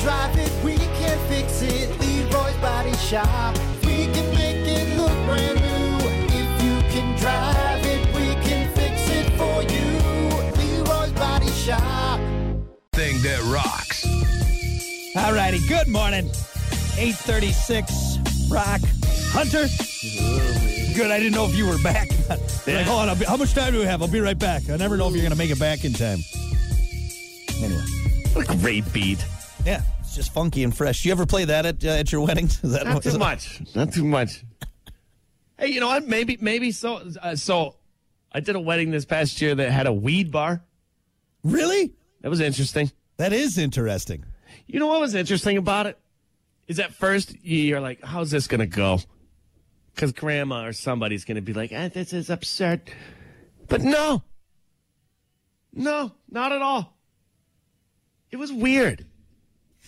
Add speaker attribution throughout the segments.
Speaker 1: drive it, we can fix it. Leroy's Body Shop. We can make it look brand new. If you can drive it, we can fix it for you. Leroy's Body Shop.
Speaker 2: Thing that rocks.
Speaker 3: All righty. Good morning. 836 Rock Hunter. Good. I didn't know if you were back. Like, hold on. I'll be, how much time do we have? I'll be right back. I never know if you're going to make it back in time. Anyway.
Speaker 4: What a great beat.
Speaker 3: Yeah. It's just funky and fresh. You ever play that at, uh, at your weddings? Is that
Speaker 4: Not
Speaker 3: is
Speaker 4: too
Speaker 3: it-
Speaker 4: much. Not too much. Hey, you know what? Maybe, maybe so. Uh, so, I did a wedding this past year that had a weed bar.
Speaker 3: Really?
Speaker 4: That was interesting.
Speaker 3: That is interesting.
Speaker 4: You know what was interesting about it? Is at first you're like, how's this going to go? Because grandma or somebody's going to be like, eh, this is absurd. But no. No, not at all. It was weird.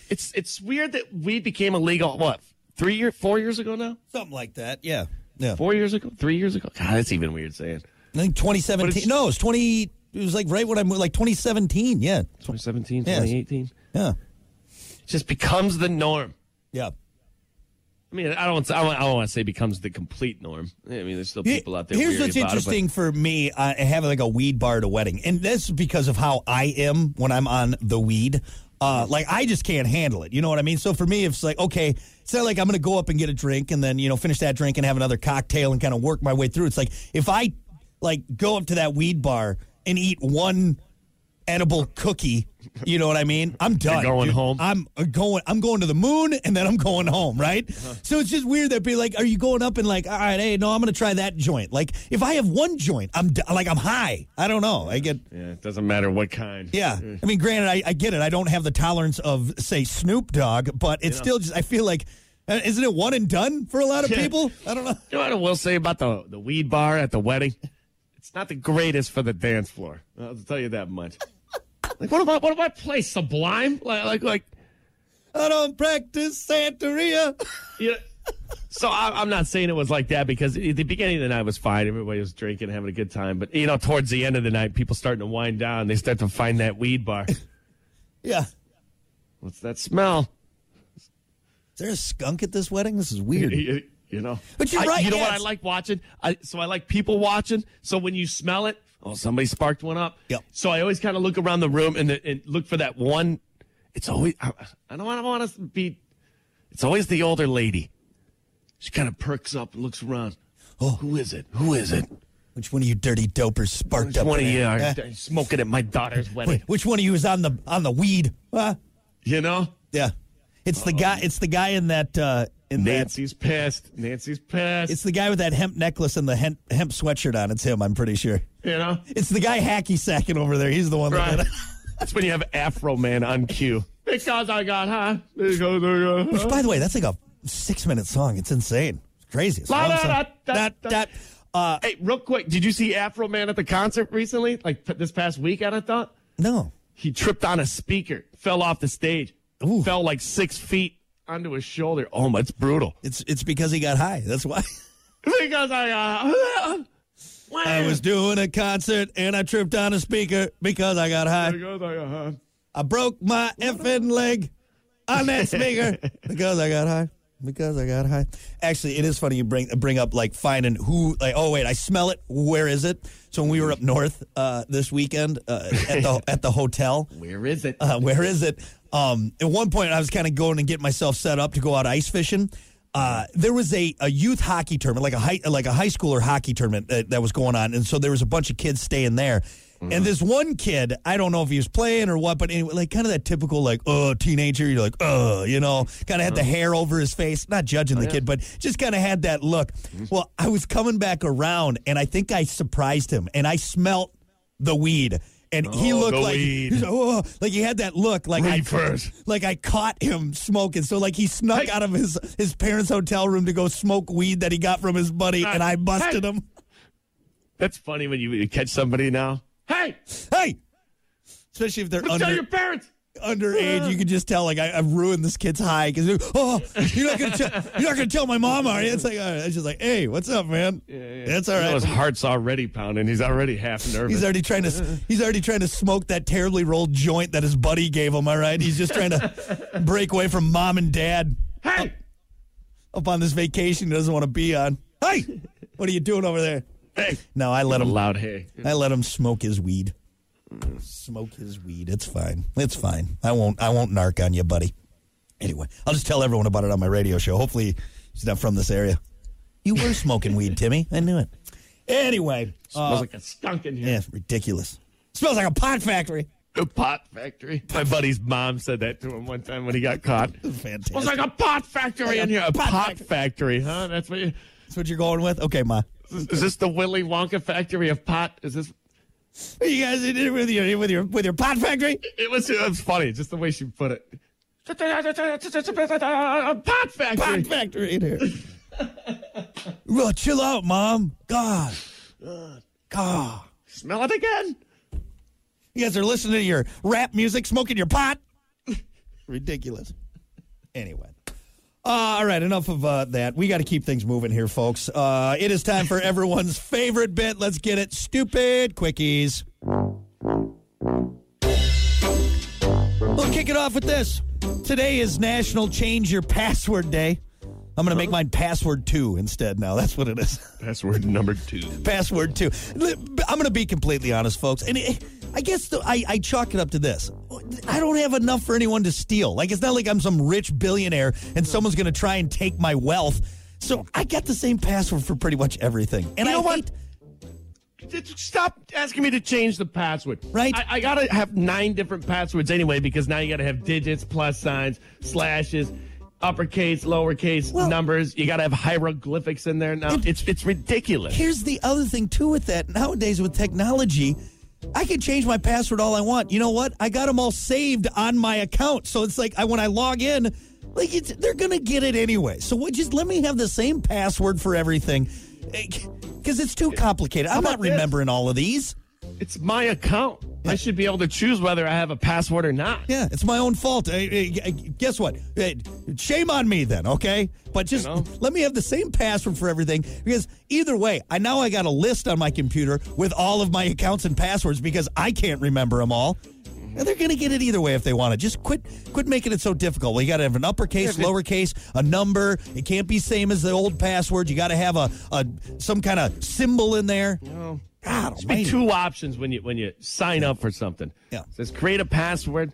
Speaker 4: It's it's weird that weed became illegal, what, three year, four years ago now?
Speaker 3: Something like that. Yeah. Yeah.
Speaker 4: Four years ago? Three years ago? God, that's even weird saying.
Speaker 3: I think
Speaker 4: But
Speaker 3: 2017.
Speaker 4: it's-
Speaker 3: No, it was 20. It was like right when I moved, like 2017. Yeah.
Speaker 4: 2017,
Speaker 3: Yes.
Speaker 4: 2018.
Speaker 3: Yeah.
Speaker 4: It just becomes the norm.
Speaker 3: Yeah.
Speaker 4: I mean, I don't, I don't, I don't want to say becomes the complete norm. I mean, there's still people out there.
Speaker 3: Here's
Speaker 4: weary
Speaker 3: what's
Speaker 4: about it, but-
Speaker 3: interesting for me: I have like a weed bar at a wedding, and that's because of how I am when I'm on the weed. Uh, like I just can't handle it. You know what I mean? So for me, it's like okay, it's not like I'm going to go up and get a drink and then you know finish that drink and have another cocktail and kind of work my way through. It's like if I like go up to that weed bar and eat one edible cookie. You know what I mean? I'm done.
Speaker 4: going
Speaker 3: dude.
Speaker 4: home.
Speaker 3: I'm uh, going. I'm going to the moon, and then I'm going home. Right?
Speaker 4: Uh-huh.
Speaker 3: So it's just weird that be like, are you going up and like, all right, hey, no, I'm gonna try that joint. Like, if I have one joint, I'm d- like, I'm high. I don't know. I get.
Speaker 4: Yeah, it doesn't matter what kind.
Speaker 3: Yeah, I mean, granted, I, I get it. I don't have the tolerance of, say, Snoop Dogg, but it's still just. I feel like, uh, isn't it one and done for a lot of
Speaker 4: Yeah.
Speaker 3: people? I don't know.
Speaker 4: You know what I will say about the, the weed bar at the wedding? It's not the greatest for the dance floor. I'll tell you that much. like, what about, what about play Sublime? Like, like, like
Speaker 3: I don't practice Santeria.
Speaker 4: you know. So I, I'm not saying it was like that because at the beginning of the night was fine. Everybody was drinking, having a good time. But, you know, towards the end of the night, people starting to wind down. They start to find that weed bar.
Speaker 3: yeah.
Speaker 4: What's that smell?
Speaker 3: Is there a skunk at this wedding? This is weird.
Speaker 4: you, you know.
Speaker 3: But you're
Speaker 4: I-
Speaker 3: right,
Speaker 4: You know
Speaker 3: yeah,
Speaker 4: what I
Speaker 3: it's-
Speaker 4: like watching? I, so I like people watching. So when you smell it, oh, somebody sparked one up.
Speaker 3: Yep.
Speaker 4: So I always kind of look around the room and, and look for that one. It's always I, I don't want to be. It's always the older lady. She kind of perks up and looks around.
Speaker 3: Oh.
Speaker 4: Who is it? Who is it?
Speaker 3: Which one of you dirty dopers sparked
Speaker 4: Which
Speaker 3: up?
Speaker 4: one of
Speaker 3: in
Speaker 4: you
Speaker 3: there?
Speaker 4: are
Speaker 3: Eh?
Speaker 4: smoking at my daughter's wedding?
Speaker 3: Wait, which one of you is on the on the weed? Huh?
Speaker 4: You know,
Speaker 3: yeah, it's the guy. It's the guy in that uh, in that.
Speaker 4: Nancy's pissed. Nancy's pissed.
Speaker 3: It's the guy with that hemp necklace and the hemp, hemp sweatshirt on. It's him. I'm pretty sure.
Speaker 4: you know,
Speaker 3: It's the guy hacky sacking over there. He's the one.
Speaker 4: Right.
Speaker 3: That,
Speaker 4: That's when you have Afro Man on cue. Because I got high. Because I got high.
Speaker 3: which, by the way, that's like a six minute song. It's insane. It's crazy. It's a
Speaker 4: La,
Speaker 3: long
Speaker 4: da,
Speaker 3: song.
Speaker 4: da, da,
Speaker 3: Da, da.
Speaker 4: da.
Speaker 3: Uh,
Speaker 4: Hey, real quick, did you see Afro Man at the concert recently? Like p- this past weekend, I thought
Speaker 3: no.
Speaker 4: he tripped on a speaker, fell off the stage,
Speaker 3: Ooh.
Speaker 4: fell like six feet onto his shoulder. Oh my, it's brutal.
Speaker 3: It's it's because he got high. That's why.
Speaker 4: Because I got high.
Speaker 3: I was doing a concert and I tripped on a speaker because I got high.
Speaker 4: Because I got high.
Speaker 3: I broke my effing leg on that speaker because I got high. Because I got high. Actually, it is funny you bring bring up like finding who like oh wait I smell it where is it? So when we were up north uh, this weekend uh, at the at the hotel,
Speaker 4: Where is it?
Speaker 3: uh, where is it? Um, at one point, I was kind of going to get myself set up to go out ice fishing. Uh, there was a, a youth hockey tournament, like a high, like a high schooler hockey tournament that, that was going on, and so there was a bunch of kids staying there.
Speaker 4: Mm-hmm.
Speaker 3: And this one kid, I don't know if he was playing or what, but anyway, like kind of that typical like uh teenager, you're like uh, you know, kind of had
Speaker 4: Mm-hmm.
Speaker 3: the hair over his face. Not
Speaker 4: Oh,
Speaker 3: judging the kid, but just kind of had that look.
Speaker 4: Mm-hmm.
Speaker 3: Well, I was coming back around, and I think I surprised him, and I smelt the weed, and he
Speaker 4: Oh,
Speaker 3: looked
Speaker 4: the
Speaker 3: like
Speaker 4: weed.
Speaker 3: he's oh, like he had that look, like I,
Speaker 4: Reefers.
Speaker 3: like I caught him smoking. So like he snuck
Speaker 4: Hey.
Speaker 3: out of his his parents' hotel room to go smoke weed that he got from his buddy, and I busted
Speaker 4: Hey.
Speaker 3: him.
Speaker 4: That's funny when you, you catch somebody now. Hey,
Speaker 3: Hey, especially if they're
Speaker 4: tell
Speaker 3: under
Speaker 4: your parents.
Speaker 3: underage, you could just tell like I, I've ruined this kid's high because oh you're not gonna tell you're not gonna tell my mom are you? It's like uh, it's just like hey what's up man? That's all
Speaker 4: You know,
Speaker 3: right.
Speaker 4: his heart's already pounding. He's already half nervous.
Speaker 3: He's already trying to he's already trying to smoke that terribly rolled joint that his buddy gave him. All right, he's just trying to break away from mom and dad
Speaker 4: hey,
Speaker 3: up on this vacation he doesn't want to be on. Hey, what are you doing over there?
Speaker 4: hey,
Speaker 3: No, I let
Speaker 4: a
Speaker 3: him.
Speaker 4: loud hey.
Speaker 3: I let him smoke his weed. Smoke his weed. It's fine. It's fine. I won't. I won't narc on you, buddy. Anyway, I'll just tell everyone about it on my radio show. Hopefully, he's not from this area. You were smoking weed, Timmy. I knew it. Anyway, uh,
Speaker 4: Smells like a skunk in here.
Speaker 3: yeah, ridiculous. Smells like a pot factory.
Speaker 4: The pot factory. My buddy's mom said that to him one time when he got caught.
Speaker 3: Fantastic.
Speaker 4: Smells like a pot factory in here. A pot, factory, huh? That's what. You,
Speaker 3: That's what you're going with? Okay, ma.
Speaker 4: is this the Willy Wonka factory of pot? Is this?
Speaker 3: You guys did it with your with your with your pot factory?
Speaker 4: It was. It was funny, just the way she put it. Pot factory.
Speaker 3: Pot factory in here. well, chill out, mom. God. God.
Speaker 4: Smell it again.
Speaker 3: You guys are listening to your rap music, smoking your pot. Ridiculous. Anyway. Uh, all right, enough of uh, that. We got to keep things moving here, folks. Uh, it is time for everyone's favorite bit. Let's get it. Stupid quickies. We'll kick it off with this. Today is National Change Your Password Day. I'm going to make mine password two instead now. That's what it is
Speaker 4: Password number two.
Speaker 3: password too. Li- I'm going to be completely honest, folks, and it, I guess the, I, I chalk it up to this: I don't have enough for anyone to steal. Like it's not like I'm some rich billionaire and someone's going to try and take my wealth. So I got the same password for pretty much everything, and
Speaker 4: You know
Speaker 3: I
Speaker 4: what?
Speaker 3: hate-
Speaker 4: Stop asking me to change the password.
Speaker 3: Right.
Speaker 4: I, I gotta have nine different passwords anyway because now you gotta have digits, plus signs, slashes, uppercase, lowercase,
Speaker 3: Well-
Speaker 4: numbers. You gotta have hieroglyphics in there now. It's it's ridiculous.
Speaker 3: Here's the other thing too with that nowadays with technology. I can change my password all I want. You know what? I got them all saved on my account. So it's like I when I log in, like it's, they're going to get it anyway. So what, just let me have the same password for everything because it's too complicated. I'm not
Speaker 4: about this?
Speaker 3: remembering all of these.
Speaker 4: It's my account. I should be able to choose whether I have a password or not.
Speaker 3: Yeah, it's my own fault. I, I- I- guess what? Eh, Shame on me then, okay? But just
Speaker 4: know?
Speaker 3: let me have the same password for everything because either way, I now I got a list on my computer with all of my accounts and passwords because I can't remember them all. And they're going to get it either way if they want to. Just quit quit making it so difficult. Well, you got to have an uppercase, lowercase, a number. It can't be same as the old password. You got to have a, a some kind of symbol in there. God,
Speaker 4: Should be
Speaker 3: almighty.
Speaker 4: two options when you when you sign up for something.
Speaker 3: Yeah.
Speaker 4: It says create a password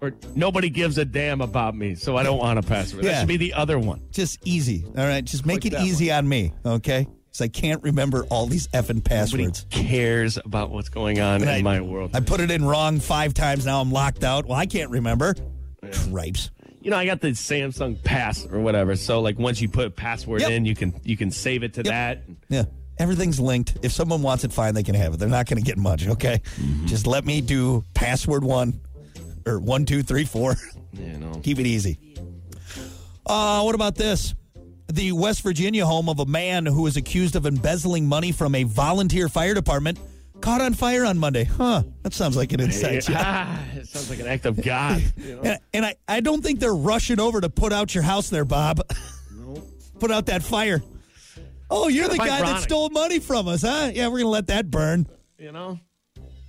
Speaker 4: or nobody gives a damn about me, so I don't want a password.
Speaker 3: Yeah.
Speaker 4: That should be the other one.
Speaker 3: just easy. All right, just make
Speaker 4: Click
Speaker 3: it
Speaker 4: that
Speaker 3: easy on me, okay? Because I can't remember all these effing
Speaker 4: Nobody
Speaker 3: passwords.
Speaker 4: cares about what's going on
Speaker 3: And I-
Speaker 4: in my world.
Speaker 3: I put it in wrong five times. Now I'm locked out. Well, I can't remember. Cripes.
Speaker 4: you know, I got the Samsung Pass or whatever. So like once you put a password
Speaker 3: Yep.
Speaker 4: in, you can you can save it to that.
Speaker 3: Yeah. Everything's linked. If someone wants it, fine, they can have it. They're not going to get much, okay?
Speaker 4: Mm-hmm.
Speaker 3: Just let me do password one or one, two, three, four.
Speaker 4: You know.
Speaker 3: Keep it easy. Uh, what about this? The West Virginia home of a man who was accused of embezzling money from a volunteer fire department caught on fire on Monday. Huh. That sounds like an inside job.
Speaker 4: Ah, it sounds like an act of God. you know?
Speaker 3: And, and I, I don't think they're rushing over to put out your house there, Bob. put out that fire. Oh, you're the
Speaker 4: Kind of
Speaker 3: guy that
Speaker 4: ironic.
Speaker 3: stole money from us, huh? Yeah, we're going to let that burn.
Speaker 4: You know.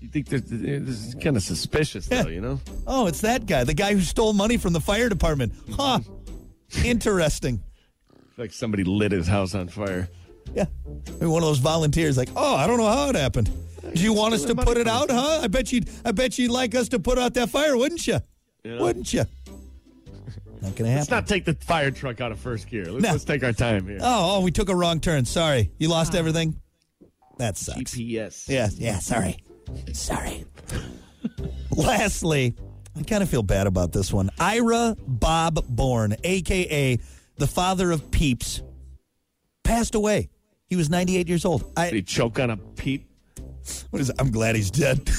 Speaker 4: You think there's, this is kind of suspicious though, you know?
Speaker 3: Oh, it's that guy, the guy who stole money from the fire department. Huh. Interesting.
Speaker 4: Like somebody lit his house on fire.
Speaker 3: Yeah. Maybe one of those volunteers like, "Oh, I don't know how it happened. Do you want us to put it out, huh? I bet you would I bet you'd like us to put out that fire, wouldn't you?
Speaker 4: Yeah.
Speaker 3: Wouldn't you?" Not going to happen.
Speaker 4: Let's not take the fire truck out of first gear. Let's,
Speaker 3: No.
Speaker 4: let's take our time here.
Speaker 3: oh, oh, we took a wrong turn. Sorry. You lost everything. That sucks.
Speaker 4: GPS.
Speaker 3: Yeah, yeah, sorry. Sorry. Lastly, I kind of feel bad about this one. Ira Bob Bourne, aka the father of Peeps, passed away. He was 98 years old.
Speaker 4: Did he
Speaker 3: I
Speaker 4: choke on a peep?
Speaker 3: what is I'm glad he's dead.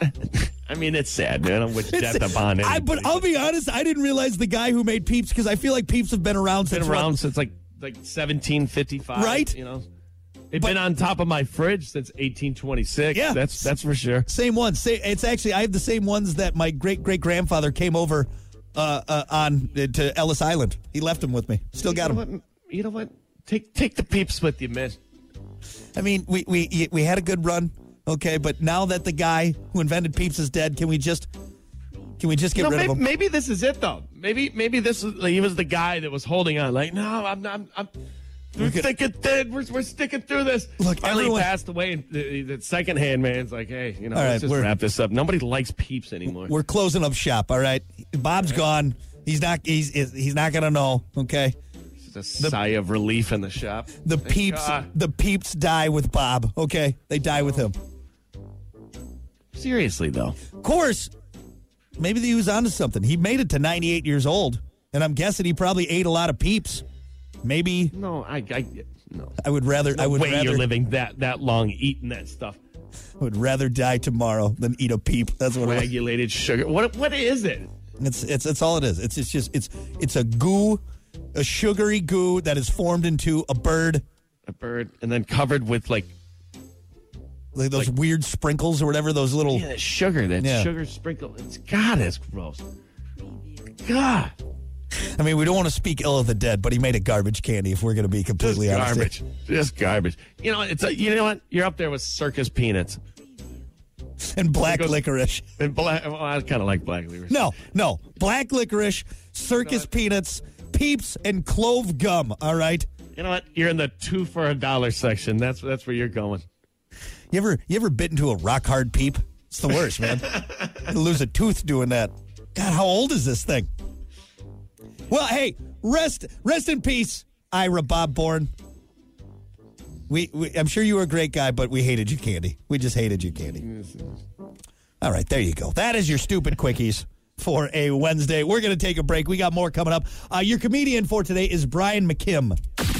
Speaker 4: I mean, it's sad, man. I'm with death upon
Speaker 3: I,
Speaker 4: it.
Speaker 3: but I'll be honest, I didn't realize the guy who made Peeps because I feel like Peeps have been around
Speaker 4: been
Speaker 3: since what-
Speaker 4: around since like like 1755.
Speaker 3: Right?
Speaker 4: You know, It's
Speaker 3: But-
Speaker 4: been on top of my fridge since 1826.
Speaker 3: Yeah.
Speaker 4: that's that's for sure.
Speaker 3: Same ones. Sa- It's actually I have the same ones that my great great grandfather came over uh, uh, on uh, to Ellis Island. He left them with me. Still got
Speaker 4: You know
Speaker 3: them.
Speaker 4: what? You know what? Take take the peeps with you, man.
Speaker 3: I mean, we we we had a good run, okay. But now that the guy who invented peeps is dead, can we just can we just get
Speaker 4: No,
Speaker 3: rid
Speaker 4: maybe,
Speaker 3: of him?
Speaker 4: maybe this is it though. Maybe maybe this is like, he was the guy that was holding on. Like, no, I'm not. I'm, I'm we're
Speaker 3: Look at-
Speaker 4: sticking thin. We're, we're sticking through this.
Speaker 3: Look,
Speaker 4: Finally
Speaker 3: everyone-
Speaker 4: passed away, and the, the secondhand man's like, hey, you know,
Speaker 3: All
Speaker 4: let's
Speaker 3: right,
Speaker 4: just
Speaker 3: we're-
Speaker 4: wrap this up. Nobody likes peeps anymore.
Speaker 3: We're closing up shop. All right, Bob's gone. He's not. He's he's he's not gonna know. Okay,
Speaker 4: It's a sigh of relief in the shop.
Speaker 3: the
Speaker 4: Thank
Speaker 3: peeps
Speaker 4: God.
Speaker 3: the peeps die with Bob. Okay, they die with him.
Speaker 4: Seriously though,
Speaker 3: Of course, maybe he was onto something. He made it to 98 years old, and I'm guessing he probably ate a lot of peeps. Maybe
Speaker 4: no, I, I no.
Speaker 3: I would rather I would
Speaker 4: way
Speaker 3: rather
Speaker 4: you're living that that long eating that stuff.
Speaker 3: would rather die tomorrow than eat a peep. That's what I,
Speaker 4: Regulated sugar. What what is it?
Speaker 3: it's it's it's all it is. It's it's just it's it's a goo, a sugary goo that is formed into a bird.
Speaker 4: A bird and then covered with like
Speaker 3: Like those weird sprinkles or whatever, those little.
Speaker 4: yeah, that sugar, that
Speaker 3: Yeah.
Speaker 4: sugar sprinkle. It's God, it's gross. God,
Speaker 3: I mean, we don't want to speak ill of the dead, but he made a garbage candy. If we're going to be
Speaker 4: just
Speaker 3: completely honest,
Speaker 4: garbage. Just garbage. You know, it's a, you know what? You're up there with circus peanuts
Speaker 3: and black
Speaker 4: Because-
Speaker 3: licorice.
Speaker 4: and black. Well, I kind of like black licorice.
Speaker 3: No, no. Black licorice, circus peanuts, peeps, and clove gum. All right.
Speaker 4: you know what? You're in the two for a dollar section. That's that's where you're going.
Speaker 3: You ever you ever bit into a rock hard peep? It's the worst, man. You lose a tooth doing that. God, how old is this thing? Well, hey, rest rest in peace, Ira Bob Bourne. We, we I'm sure you were a great guy, but we hated you, Candy. We just hated you, Candy. All right, there you go. That is your stupid quickies for a Wednesday. We're going to take a break. We got more coming up. Uh, your comedian for today is Brian McKim.